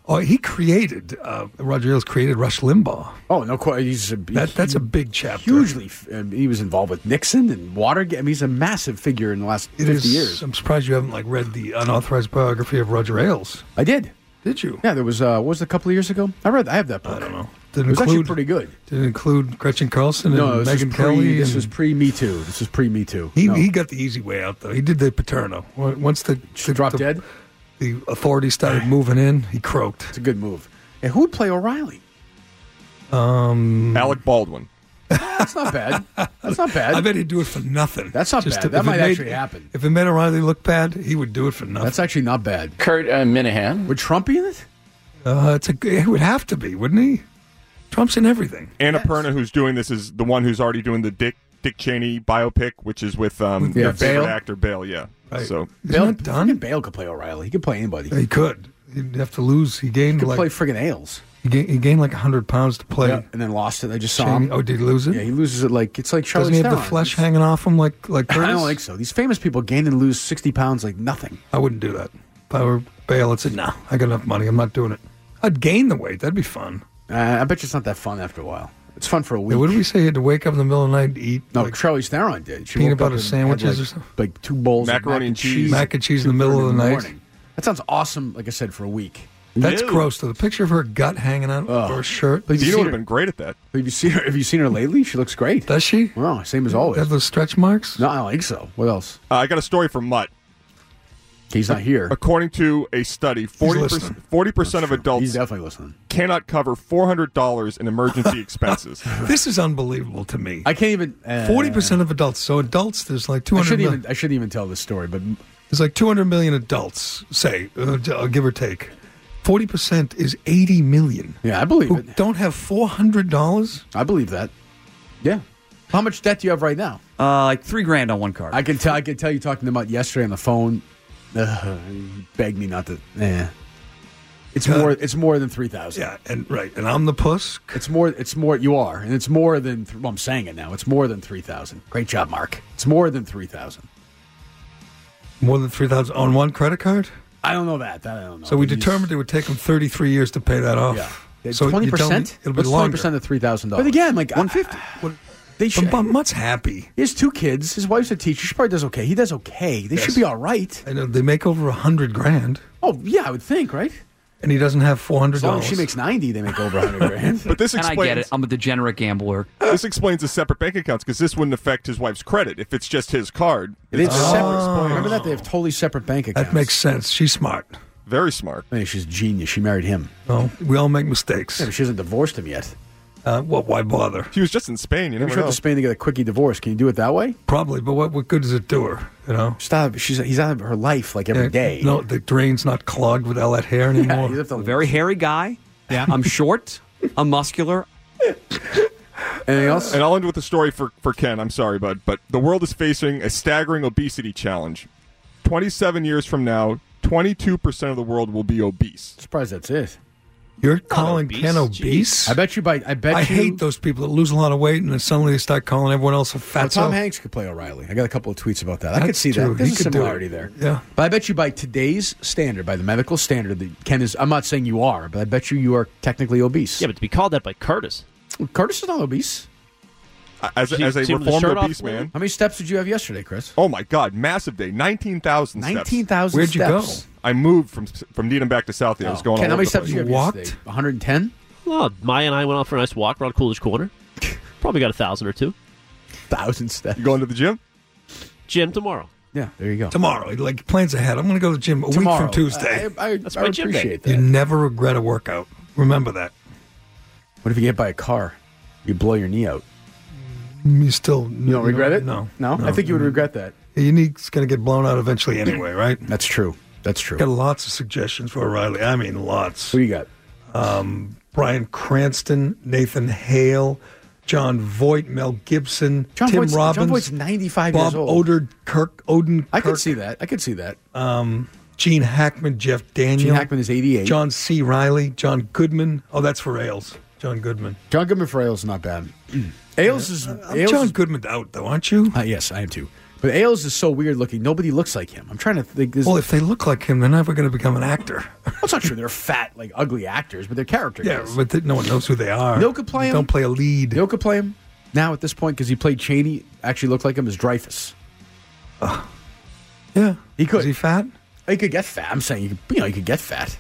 Oh, he created uh, Roger Ailes created Rush Limbaugh.
Oh no, qu- he's a,
That- that's a big chapter.
Hugely, f- um, he was involved with Nixon and Watergate. I mean, he's a massive figure in the last
It
fifty
is.
years.
I'm surprised you haven't like read the unauthorized biography of Roger Ailes.
I did.
Did you?
Yeah, there was. Uh, what was it, a couple of years ago? I read. I have that book. I don't know.
Did
it was actually
include-
pretty good.
Did it include Gretchen Carlson and
no, this
Megan
was pre,
Kelly?
This
and-
was pre Me Too. This was pre Me Too.
he,
No.
he got the easy way out though. He did the Paterno. Wa- Once the, the drop
dead,
the authorities started moving in. He croaked. It's
a good move. And who would play O'Reilly? Mm-hmm.
Um,
Alec Baldwin.
That's not bad. That's not bad.
I bet he'd do it for nothing.
That's not bad. That
if it
might
made-
actually happen.
If it made O'Reilly look bad, he would do it for nothing.
That's actually not bad. Kurt uh, Minahan. Would Trump be in it?
Uh, it's a, it would have to be, wouldn't he? Trump's in everything.
Anna Perna, who's doing this, is the one who's already doing the Dick Dick Cheney biopic, which is with um,
Yeah,
your favorite
Bale.
actor Bale. Yeah. So
Bale, done? Bale could play O'Reilly. He could play anybody.
He could. He'd have to lose. He gained
Could
like
play friggin' Ailes.
he, gained, he gained like hundred pounds to play.
Yeah, and then lost it. I just saw
Cheney-
him.
oh, did he lose it?
Yeah, he loses it like it's like Charlie
Doesn't he have the flesh hanging off him like like Curtis?
I don't think so. These famous people gain and lose sixty pounds like nothing.
I wouldn't do that. If I were Bale, I'd say no. I got enough money. I'm not doing it. I'd gain the weight. That'd be fun.
Uh, I bet you it's not that fun after a while. It's fun for a week.
Yeah, what did we say? You had to wake up in the middle of the night and eat
no,
like,
Charlize Theron did. She
peanut
woke up
butter
and had,
sandwiches
like,
or something.
Like two bowls of
Macaroni
mac
and cheese.
mac and cheese in the
two
middle of the
in
night.
morning. That sounds awesome. Like I said, for a week.
That's
Ew.
gross. Though the picture of her gut hanging out of her shirt.
But have you
Dino
seen
would
her-
have been great at that.
Have you seen her? Have you seen her lately? She looks great.
Does she?
Wow, same as always.
Have those stretch marks?
No, I don't think so. What else?
Uh, I got a story from Mutt.
He's not here.
According to a study, 40
listening.
percent of adults
He's definitely listening.
cannot cover four hundred dollars in emergency expenses.
This is unbelievable to me.
I can't even. uh,
Forty percent of adults. So adults, there's like two
I
hundred.
shouldn't even. I shouldn't even tell this story, but
There's like 200 million adults, say, uh, d- uh, give or take. 40% is 80 million.
Yeah, I believe
who
it.
Don't have $400?
I believe that. Yeah. How much debt do you have right now?
Uh, like three grand on one card.
I can tell. I can tell you talking about yesterday on the phone. Ugh, he begged me not to. Yeah. It's
Yeah.
more. It's more than three thousand.
Yeah, and right, and I'm the puss.
It's more. It's more. You are, and it's more than. Th- well, I'm saying it now. It's more than three thousand. Great job, Mark. It's more than three thousand.
More than 3000 on one credit card?
I don't know that. That I don't know.
So we
He's-
determined it would take them 33 years to pay that off.
Yeah.
So
Twenty
you're telling me
percent.
It'll be
twenty
longer.
percent of three thousand dollars.
But
again, like one fifty. They should.
But Mutt's happy.
He has two kids. His wife's a teacher. She probably does okay. He does okay. They should be all right.
I know they make over a hundred grand.
Oh yeah, I would think, right?
and he doesn't have four hundred
As long as
dollars.
she makes ninety, they make over hundred grand.
But this
And I
explains.
get it. I'm a degenerate gambler.
This explains the separate bank accounts because this wouldn't affect his wife's credit if it's just his card.
It is separate. Remember that they have totally separate bank accounts.
Oh. That makes sense. She's smart.
Very smart.
I mean, she's genius. She married him.
No, we all make mistakes.
Yeah, but she hasn't divorced him yet.
Uh, what? Why bother?
He was just in Spain. You
Maybe
never
she went
know.
to Spain to get a quickie divorce. Can you do it that way?
Probably, but what, what good does it do her? You know,
stop. She's he's out of her life like every
Yeah,
day.
No, the drain's not clogged with all that hair anymore.
I'm a very hairy guy. Yeah. I'm short. I'm muscular.
Anything else?
And I'll end with a story for, for Ken. I'm sorry, bud, but the world is facing a staggering obesity challenge. 27 years from now, 22% of the world will be obese.
Surprised that's it.
You're calling Ken obese?
I bet you by I bet
I
you
hate those people that lose a lot of weight and then suddenly they start calling everyone else a
Well,
fatso.
Tom Hanks could play O'Reilly. I got a couple of tweets about that. I could
That's
see
true.
that. There's
He
a
could do it.
similarity there.
Yeah.
But I bet you by today's standard, by the medical standard, that Ken is. I'm not saying you are, but I bet you you are technically obese. Yeah,
but to be called that by Curtis.
Curtis is not obese.
As a,
See-
as a
see him with the
reformed
shirt off?
obese man.
How many steps did you have yesterday, Chris?
Oh, my God. Massive day. 19,000 steps.
19,000 Where'd you steps. go?
I moved from from Needham back to Southie. I was going
Ken,
all
how
over
many
the
steps
place.
did you have yesterday? 110?
Well, Maya and I went out for a nice walk around Coolidge Corner. Probably got a thousand or two.
Thousand steps.
You going to the gym?
Gym tomorrow.
Yeah, there you go.
Tomorrow, like plans ahead. I'm going to go to the gym a week
Tomorrow.
from Tuesday.
I, I,
That's
I
my gym day.
appreciate
You
that.
never regret a workout. Remember that.
What if you get by a car? You blow your knee out.
You still you
don't regret it?
No,
No? Mm-hmm. I think you would regret that.
Your knee's going to get blown out eventually anyway, right?
That's true. That's true.
Got lots of suggestions for O'Reilly. I mean, lots.
Who you got?
Um, Brian Cranston, Nathan Hale, John Voight, Mel Gibson,
John
Tim
Voight's- John
Robbins.
Voight's 95
Bob
years old.
Oder, Kirk, Odin.
I could see that. I could see that.
Um, Gene Hackman, Jeff Daniel.
Gene Hackman is 88.
John C. Riley, John Goodman. Oh, that's for Ailes. John Goodman.
John Goodman for Ailes is not bad. Ailes is
I'm
Ailes
John
is-
Goodman out though, aren't you?
Uh, yes, I am too. But Ailes is so weird looking. Nobody looks like him. I'm trying to think. There's,
Well, if they look like him, they're never going to become an actor.
that's not true. They're fat, like ugly actors, but they're character
Yeah,
guys.
but th- no one knows who they are.
Neil could play
They
him.
Don't play a lead.
Neil could play him now at this point because he played Cheney. Actually, looked like him as Dreyfus.
Yeah,
he could.
Is he fat?
He could get fat. I'm saying you could, you know, you could get fat.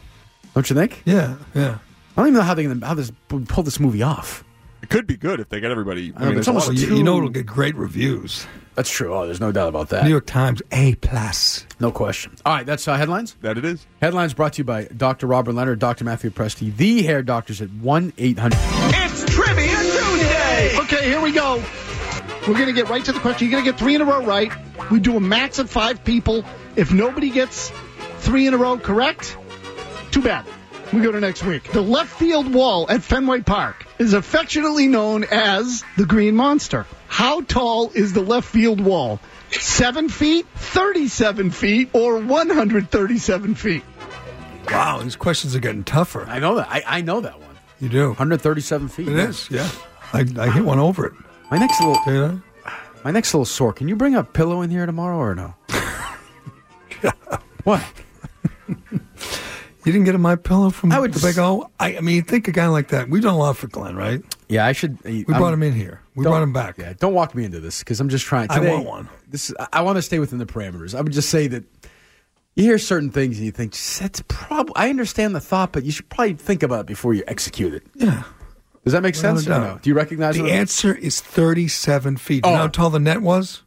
Don't you think?
Yeah, yeah.
I don't even know how they how this pull this movie off.
It could be good if they get everybody.
I know, but it's
there's a lot
almost
of-
You, you know it'll get great reviews.
That's true. Oh, there's no doubt about that.
New York Times A plus.
No question. All right, that's uh, headlines.
That it is.
Headlines brought to you by Dr. Robert Leonard, Dr. Matthew Presti, the hair doctors at 1 800.
It's Trivia Tuesday! Okay, here we go. We're going to get right to the question. You're going to get three in a row right. We do a max of five people. If nobody gets three in a row correct, too bad. We go to next week. The left field wall at Fenway Park is affectionately known as the Green Monster. How tall is the left field wall? Seven feet, 37 feet, or 137 feet?
Wow, these questions are getting tougher.
I know that. I, I know that one.
You do.
137 feet.
It is. Yeah. I, I hit one over it.
My next little.
Yeah.
My next little sore. Can you bring a pillow in here tomorrow or no? what?
You didn't get a my pillow from
I would
the big O. I, I mean, think a guy like that. We've done a lot for Glenn, right?
Yeah, I should.
We brought him in here. We brought him back.
Yeah, Um, don't walk me into this because I'm just trying.
I
Today,
want one.
This I- I want to stay within the parameters. I would just say that you hear certain things and you think that's probably. I understand the thought, but you should probably think about it before you execute it.
Yeah.
Does that make
Without
sense?
a
or
doubt.
no? Do you recognize
The
what-
answer is 37 feet. You know
Oh.
how tall the net was?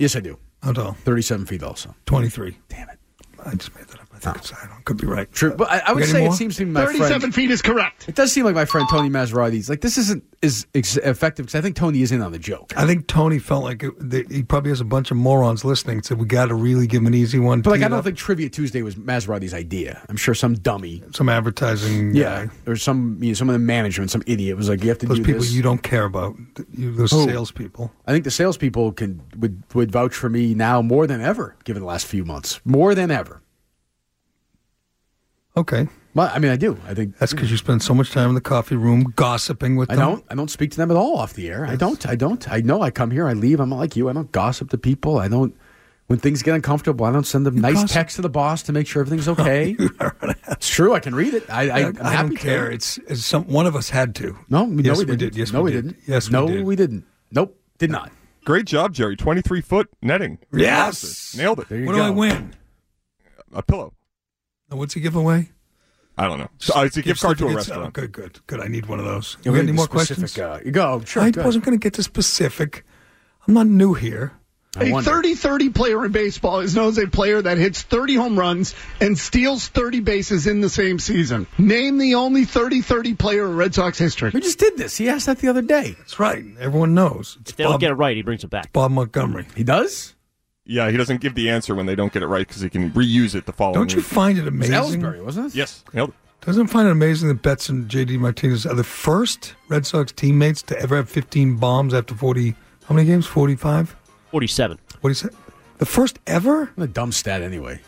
Yes, I do.
How tall?
37 feet also.
23. Damn it. I just made that up. I think it's, I don't, could be right.
True, but I, I
You
would
got any
say it
more?
seems to be my friend.
37 feet is correct.
It does seem like my friend Tony Maserati's like this isn't as ex- effective because I think Tony is in on the joke.
I think Tony felt like it, that he probably has a bunch of morons listening. So we got to really give him an easy one.
But like
tee
I
it
don't
up.
think Trivia Tuesday was Maserati's idea. I'm sure some dummy,
some advertising.
yeah,
guy,
or some you know, some of the management, some idiot was like, you have to
those
do
people
this.
you don't care about. You, those
Who?
salespeople.
I think the salespeople can would would vouch for me now more than ever, given the last few months, more than ever.
Okay.
Well, I mean, I do. I think
That's because you spend so much time in the coffee room gossiping with
I
them.
don't. I don't speak to them at all off the air. I don't. I don't. I know. I come here. I leave. I'm not like you. I don't gossip to people. I don't. When things get uncomfortable, I don't send them nice
gossip- Oh,
texts to the boss to make sure everything's okay. it's true. I can read it. I, I,
I,
I'm
I
happy
don't
to.
care. It's, it's some one of us had to.
No, we,
yes,
no, we,
we
didn't.
did. Yes,
no,
we
we
did.
didn't.
Yes,
no,
we did.
didn't. Nope, did not.
Great job, Jerry. 23 foot netting.
Yes.
Nailed it.
There you
What do
go.
I win?
A pillow.
And What's he give away?
I don't know. So, uh, it's a gift card to a
certificates-
restaurant.
Oh, good, good, good. I need one of those.
Yeah,
You
we
got
need
any
the
more
specific,
questions?
uh,
you
go.
sure,
I
go
wasn't going to get to specific. I'm not new here.
A 30-30 player in baseball is known as a player that hits 30 home runs and steals 30 bases in the same season. Name the only 30-30 player in Red Sox history. We
just did this. He asked that the other day.
That's right. Everyone knows. It's
If they don't
Bob-
get it right, he brings it back.
Bob Montgomery.
He does?
Yeah, he doesn't give the answer when they don't get it right because he can reuse it the following
Don't you
week.
find it amazing?
wasn't it?
Yes. Nailed it.
Doesn't it find it amazing that Betts and JD Martinez are the first Red Sox teammates to ever have 15 bombs after 40, how many games? 45?
47.
What is it? The first ever?
a dumb stat anyway.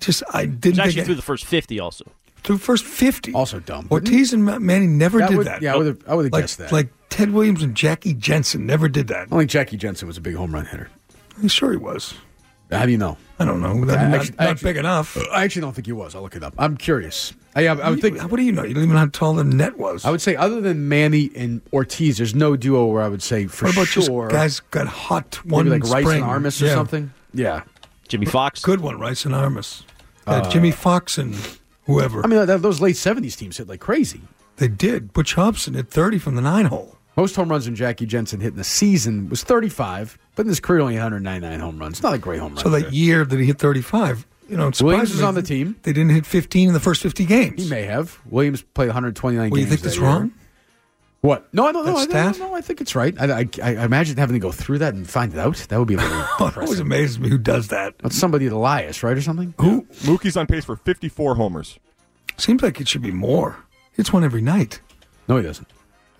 Just, I
He's
didn't
actually
think
through
it,
the first 50 also.
through first 50.
Also dumb.
Ortiz and Ma- Manny never
That
did
would-
that.
yeah, I would've- I would've
like,
guessed that.
Like Ted Williams and Jackie Jensen never did that.
I don't think Jackie Jensen was a big home run hitter.
I'm sure he was.
How do you know?
I don't know. Not- not- not big enough.
I actually don't think he was. I'll look it up. I'm curious. I, I, I would
You-
think.
What do you know? You don't even know how tall the net was.
I would say, other than Manny and Ortiz, there's no duo where I would say for
what about
sure.
just guys got hot
Maybe
one
like Rice and
spring.
Armas or
Yeah.
something? Yeah.
Jimmy Fox.
Good one, Rice and Armas. Yeah,
Uh,
Jimmy Fox and whoever.
I mean, that, those late '70s teams hit like crazy.
They did. Butch Hobson hit 30 from the nine hole.
Most home runs in Jackie Jensen hit in the season was 35, but in his career only 199 home runs. Not a great home run.
So that year that he hit 35, you know, it's
Williams was
surprising
on the
they-
team.
They didn't hit 15 in the first 50 games.
He may have. Williams played 129
Well,
games.
you think
that
that's
year.
wrong?
What? No, I don't know.
That
I, no,
stat?
no, I think it's right. I, I, I imagine having to go through that and find it out. That would be like
It always amazes me who does that.
That's somebody at Elias, right, or something?
Who?
Mookie's on pace for 54 homers.
Seems like it should be more. It's one every night.
No, he doesn't.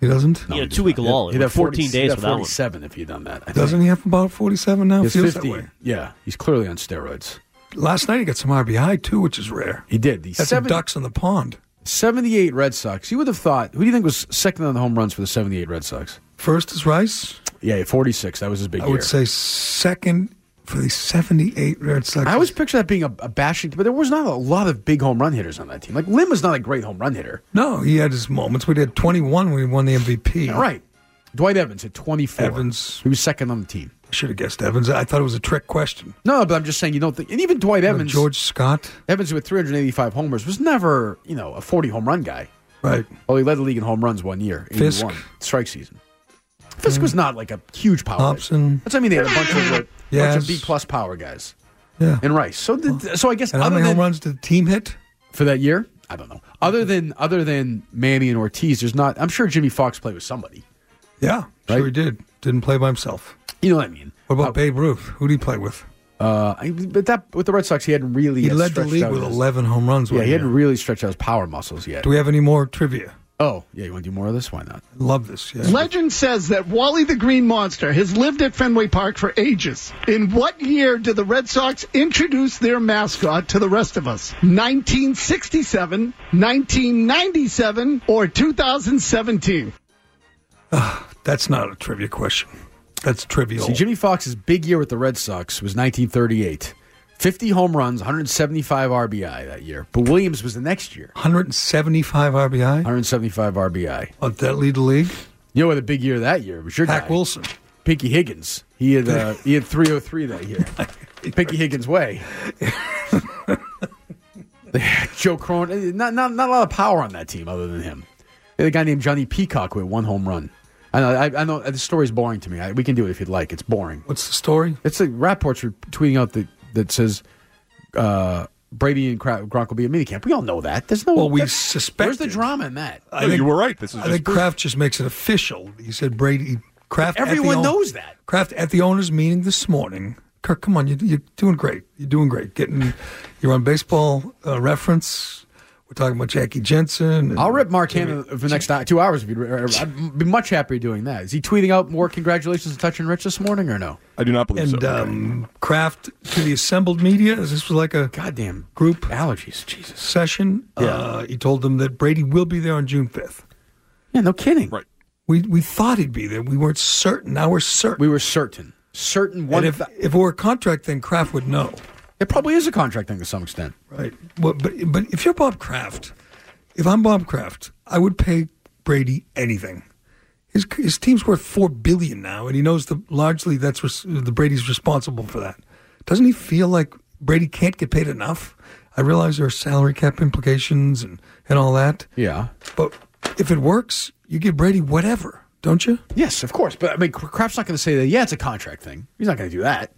He doesn't?
he had a two week lull.
He'd
He had
have
14
40 he'd
days
have
without one.
47 if he had done that. I think.
Doesn't he have about 47 now?
He has
Feels
50.
that way.
Yeah, he's clearly on steroids.
Last night he got some RBI too, which is rare.
He did. The
That's some
seven-
ducks in the pond.
78 Red Sox. You would have thought. Who do you think was second on the home runs for the 78 Red Sox?
First is Rice.
Yeah, 46. That was his big
I
year.
would say second for the 78 Red Sox.
I always picture that being a, a bashing, but there was not a lot of big home run hitters on that team. Like Lim was not a great home run hitter.
No, he had his moments. We did 21 when he won the MVP.
All right. Dwight Evans at 24.
Evans.
He was second on the team.
I should have guessed Evans. I thought it was a trick question.
No, but I'm just saying you don't think. And even Dwight Evans,
George Scott.
Evans with 385 homers was never, you know, a 40 home run guy.
Right.
Well, he led the league in home runs one year,
Fisk. Mm.
81 strike season. Fisk was not like a huge power. hitter.
Hobson.
That's what I mean. They had a bunch of, like, bunch
Yes.
of B plus power guys.
Yeah.
And Rice. So, the, so I guess
And how
other
many
than,
home runs did the team hit?
for that year? I don't know. Other than other than Manny and Ortiz, there's not. I'm sure Jimmy Fox played with somebody.
Yeah, sure he did. Didn't play by himself.
You know what I mean?
What about Babe Ruth? Who did he play with?
Uh, I- but that with the Red Sox, he hadn't really.
He
had
led the
stretched
league
out
with
his-
11 home runs.
Yeah,
one
he
year.
hadn't really stretched out his power muscles yet.
Do we have any more trivia?
oh, yeah. You want to do more of this? Why not?
Love this. Yeah.
Legend says that Wally the Green Monster has lived at Fenway Park for ages. In what year did the Red Sox introduce their mascot to the rest of us? 1967, 1997, or 2017?
That's not a trivia question. That's trivial.
See, Jimmy Fox's big year with the Red Sox was 1938. 50 home runs, 175 RBI that year. But Williams was the next year.
175 RBI.
175 RBI.
Oh, did that lead the league?
You know what a big year that year was your
Hack
guy,
Wilson.
Pinky Higgins. He had uh, he had 303 that year. Pinky Higgins way. Joe Cronin. eh, Not, not not a lot of power on that team other than him. They had a guy named Johnny Peacock with one home run. I know. I, I know. The story's boring to me. I, we can do it if you'd like. It's boring.
What's the story?
It's like Rapport's re- tweeting out that that says uh, Brady and Kra- Gronk will be at minicamp. We all know that. There's no.
Well, we
that's-
suspect.
Where's the drama in that?
I
No,
think-
you were right. This is
I
just
think
proof.
Kraft just makes it official. He said Brady. Kraft. at the
Everyone
own-
knows that.
Kraft at the owners' meeting this morning. Kirk, come on, you, you're doing great. You're doing great. Getting, you're on baseball uh, reference. We're talking about Jackie Jensen. and-
I'll rip Mark Hanna for the next uh, two hours. If you'd, uh, I'd be much happier doing that. Is he tweeting out more congratulations to Touch and Rich this morning or no?
I do not believe
and
so.
um, Kraft to the assembled media. This was like a
goddamn
group
allergies. Jesus.
session. Uh, he told them that Brady will be there on June fifth.
Yeah, no kidding.
Right.
We we thought he'd be there. We weren't certain. Now we're certain.
We were certain. Certain one.
and if if it were a contract, then Kraft would know,
it probably is a contract thing to some extent.
right? Well, but but if you're Bob Kraft, if I'm Bob Kraft, I would pay Brady anything. His his team's worth four billion now, and he knows the largely that's res, the Brady's responsible for that. Doesn't he feel like Brady can't get paid enough? I realize there are salary cap implications and, and all that.
Yeah.
But if it works, you give Brady whatever, don't you?
Yes, of course. But I mean, Kraft's not going to say that. Yeah, it's a contract thing. He's not going to do that.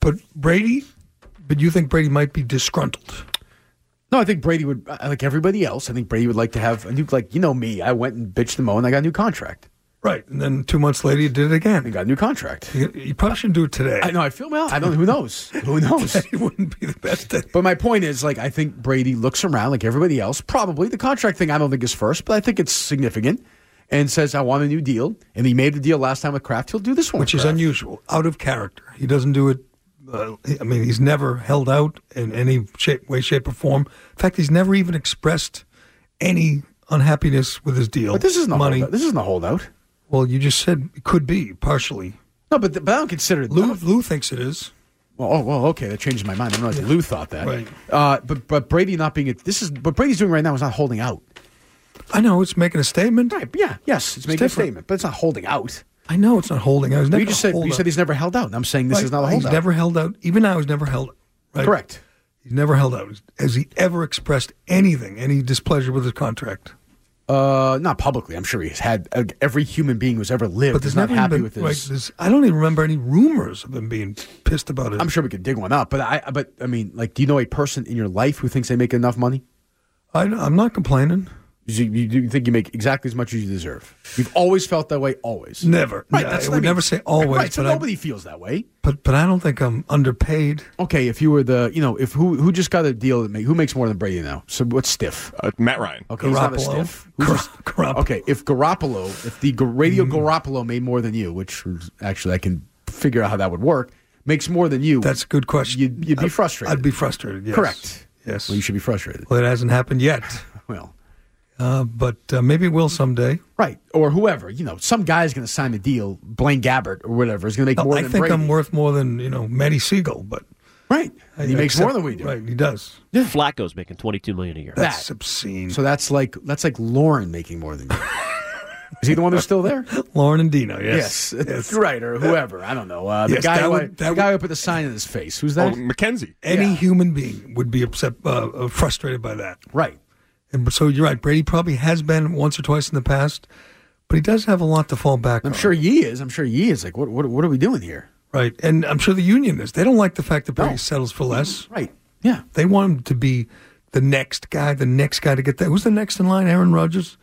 But Brady, but you think Brady might be disgruntled?
No, I think Brady would I- like everybody else. I think Brady would like to have a new, like you know me. I went and bitched the mo, and I got a new contract.
Right, and then two months later, you did it again. You
got a new contract.
You, you probably shouldn't do it today.
I know. I feel well. I don't. Who knows? Who knows?
it wouldn't be the best thing.
But my point is, like, I think Brady looks around like everybody else. Probably the contract thing. I don't think is first, but I think it's significant. And says, I want a new deal. And he made the deal last time with Kraft. He'll do this one, with
which is
Kraft.
unusual, out of character. He doesn't do it. Uh, he- I mean, he's never held out in any shape, way, shape, or form. In fact, he's never even expressed any unhappiness with his deal.
But this isn't a
money.
holdout. This isn't a holdout.
Well, you just said it could be partially.
No, but, but I don't consider it.
Lou, Lou thinks it is.
Well, oh well, okay, that changes my mind. I don't know if Lou thought that.
Right.
Uh, but but Brady not being it. This is what Brady's doing right now is not holding out.
I know it's making a statement.
Right? Yeah. Yes, it's, making
different.
a statement, but it's not holding out.
I know it's not holding. I was never.
you just said
hold
you
out.
said he's never held out, and I'm saying this
Right.
is not a
He's
holdout.
never held out. Even now, he's never held out. Right?
Correct.
He's never held out. Has he ever expressed anything, any displeasure with his contract?
Uh, not publicly. I'm sure he's had uh, every human being who's ever lived.
But there's
is not
never
happy
been,
with
like,
this.
there's- I don't even remember any rumors of him being pissed about it.
I'm sure we could dig one up, but I but I mean, like, do you know a person in your life who thinks they make enough money?
I, I'm not complaining.
You, you, you think you make exactly as much as you deserve? You've always felt that way, always.
Never.
Right.
No,
that's
I
what
would
mean.
never say always,
Right. So
but I-
nobody feels that way.
But but I don't think I'm underpaid.
Okay, if you were the, you know, if who who just got a deal that make, who makes more than Brady now? So what's stiff?
Uh, Matt Ryan.
Okay, he's not a
Garoppolo.
stiff. Who's a st- Okay, if Garoppolo, if the Gar-
Hmm.
Radio Garoppolo made more than you, which is- actually I can figure out how that would work, makes more than you.
That's a good question.
You'd, you'd be
I'd-
frustrated.
I'd be frustrated. Yes.
Correct.
Yes.
Well, you should be frustrated.
Well, it hasn't happened yet.
Well.
Uh, but uh, maybe it will someday.
Right, or whoever you know, some guy's going to sign a deal. Blaine Gabbert or whatever is going to make
No,
more
I
than
think
Brady.
I'm worth more than you know, Matty Siegel. But
right,
I,
he makes
accept-
more than we do.
Right, he does.
Flacco's making twenty two million a year.
That's obscene.
So that's like that's like Lauren making more than you. Is he the one who's still there?
Lauren and Dino. Yes.
right, or whoever. I don't know. Uh, the
Yes,
guy,
that
who,
would-
the guy who put the sign in his face. Who's that?
Oh, McKenzie.
Any human being would be upset, uh, uh, frustrated by that.
Right.
And so you're right. Brady probably has been once or twice in the past, but he does have a lot to fall back
I'm
on.
sure he is. I'm sure he is. Like, what, what, what are we doing here?
Right. And I'm sure the union is. They don't like the fact that Brady settles for less.
Right. Yeah.
They want him to be the next guy, the next guy to get that. Who's the next in line? Aaron Rodgers?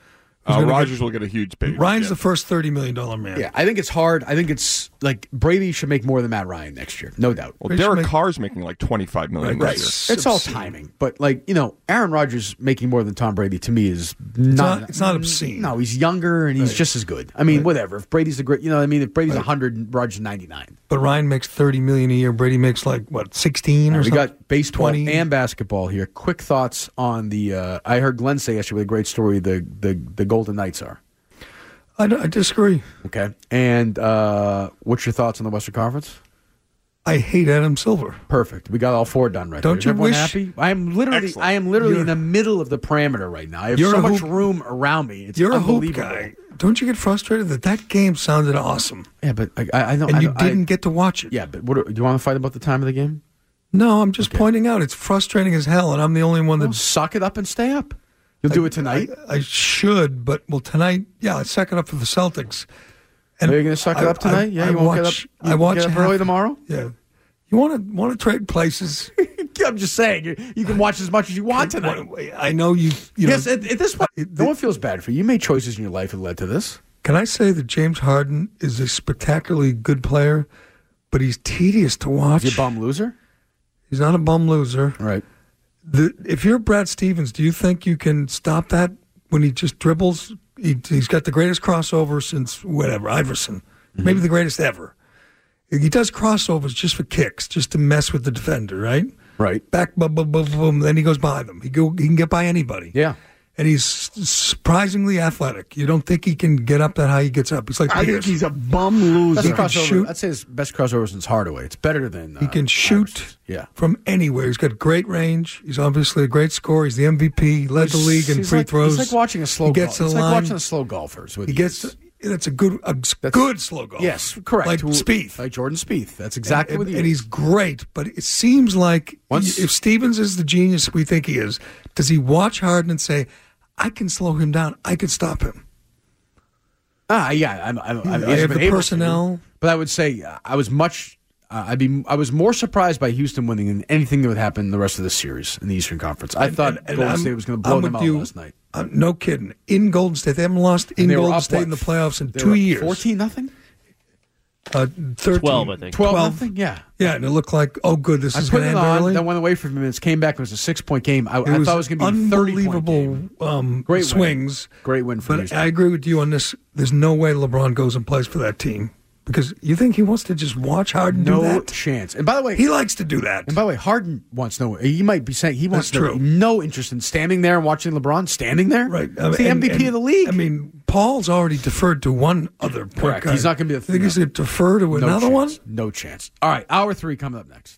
Who's
Uh,
gonna
Rogers
get-
will get a huge pay.
Ryan's
Yeah.
the first $30 million man.
Yeah, I think it's hard. I think it's like Brady should make more than Matt Ryan next year, no doubt.
Well, Derek Carr's making like twenty-five million
Right.
this
It's all timing, but like you know, Aaron Rodgers making more than Tom Brady to me is not.
not- it's not obscene.
No, he's younger and he's
Right.
just as good. I mean, whatever. If Brady's the great, you know, what I mean, if Brady's
Right.
hundred and Rodgers ninety nine,
But Ryan makes $30 million a year. Brady makes like, what, 16 or
we
something?
got baseball and basketball here. Quick thoughts on the? Uh, I heard Glenn say yesterday with a great story. The the the Golden Knights are
I, don't- I disagree.
okay. And uh, what's your thoughts on the Western Conference?
I hate Adam Silver.
Perfect. We got all four done right.
Don't
there. Is
you
everyone
wish-
happy? I am literally, I am literally in the middle of the parameter right now. I have
You're
so
a
much
hoop-
room around me. It's
You're a hoop
unbelievable.
guy. Don't you get frustrated that that game sounded awesome?
Yeah, but I, I I know,
And
I
you
know- I-
didn't get to watch it.
yeah, but what, do you want to fight about the time of the game?
No, I'm just pointing out it's frustrating as hell, and I'm the only one that
suck it up and stay up. You'll do it tonight.
I, should, but well, tonight, yeah, I suck it up for the Celtics.
Are you gonna suck it up tonight? Yeah,
I
you won't get
watch-
up- you
I watch
get up
half-
early tomorrow?
Yeah, you want to want to trade places.
I'm just saying, you, you can watch as much as you want tonight.
I know you. you
yes,
know,
at, at this point, no one feels bad for you. You made choices in your life that led to this.
can I say that James Harden is a spectacularly good player, but he's tedious to watch.
You bum loser.
He's not a bum loser.
Right.
The, if you're Brad Stevens, do you think you can stop that when he just dribbles? He, he's got the greatest crossover since whatever Iverson,
Mm-hmm.
maybe the greatest ever. He does crossovers just for kicks, just to mess with the defender, right?
Right.
Back, boom, boom, boom, boom. Then he goes by them. He go, he can get by anybody.
Yeah.
And he's surprisingly athletic. You don't think he can get up that high? He gets up. He's like
I think
Pierce.
he's a bum loser.
Best
He can
crossover.
shoot.
I'd say his best crossover since Hardaway. It's better than
He
uh,
can shoot
yeah.
from anywhere. He's got great range. He's obviously a great scorer. He's the MVP. He led the
He's-
league in
he's
free
like-
throws.
It's like watching a slow.
He gets to
gol- it's
the
like
line.
watching a slow golfers. With
he
you.
gets. That's a good, a s- good slow golf.
Yes, correct.
Like
Who-
Spieth.
Like Jordan Spieth. That's exactly
and,
what he
and, and he's
is.
great, but it seems like
Once-
if Stevens is the genius we think he is, does he watch Harden and say, "I can slow him down. I can stop him"?
Ah, yeah, I'm, I'm, I'm,
I have the
able to.
personnel.
but I would say uh, I was much. Uh, I'd be. I was more surprised by Houston winning than anything that would happen the rest of the series in the Eastern Conference. I thought Golden
I'm-
State was going to
I'm
blow them
with
out
you.
last night.
I'm- no kidding. In Golden State, they haven't lost in
And they were
Golden
up,
State
what,
in the playoffs in
they
two
were up
years.
14 nothing.
Uh, 13,
12, I think. 12 nothing? Yeah.
Yeah, and it looked like, oh, good, this
I
is
put
going to
it
end
on.
early.
Then went away for a few minutes. Came back. It was a six point game. I, I
It was
thought it was going to be thirty point
unbelievable um,
Great win.
swings.
Great win for
but
Houston.
I agree with you on this. There's no way LeBron goes and plays for that team because you think he wants to just watch Harden do
no
that?
chance. And by the way,
He likes to do that.
And by the way, Harden wants no. He might be saying he wants
That's
no,
true.
no interest in standing there and watching LeBron standing there. Right,
Uh,
He's the
and-
MVP of
and-
the league.
I mean, Paul's already deferred to one other point
Correct.
guard.
He's not going to be. A
I think he's going to defer to
no
another
chance.
one.
No chance. All right, hour three coming up next.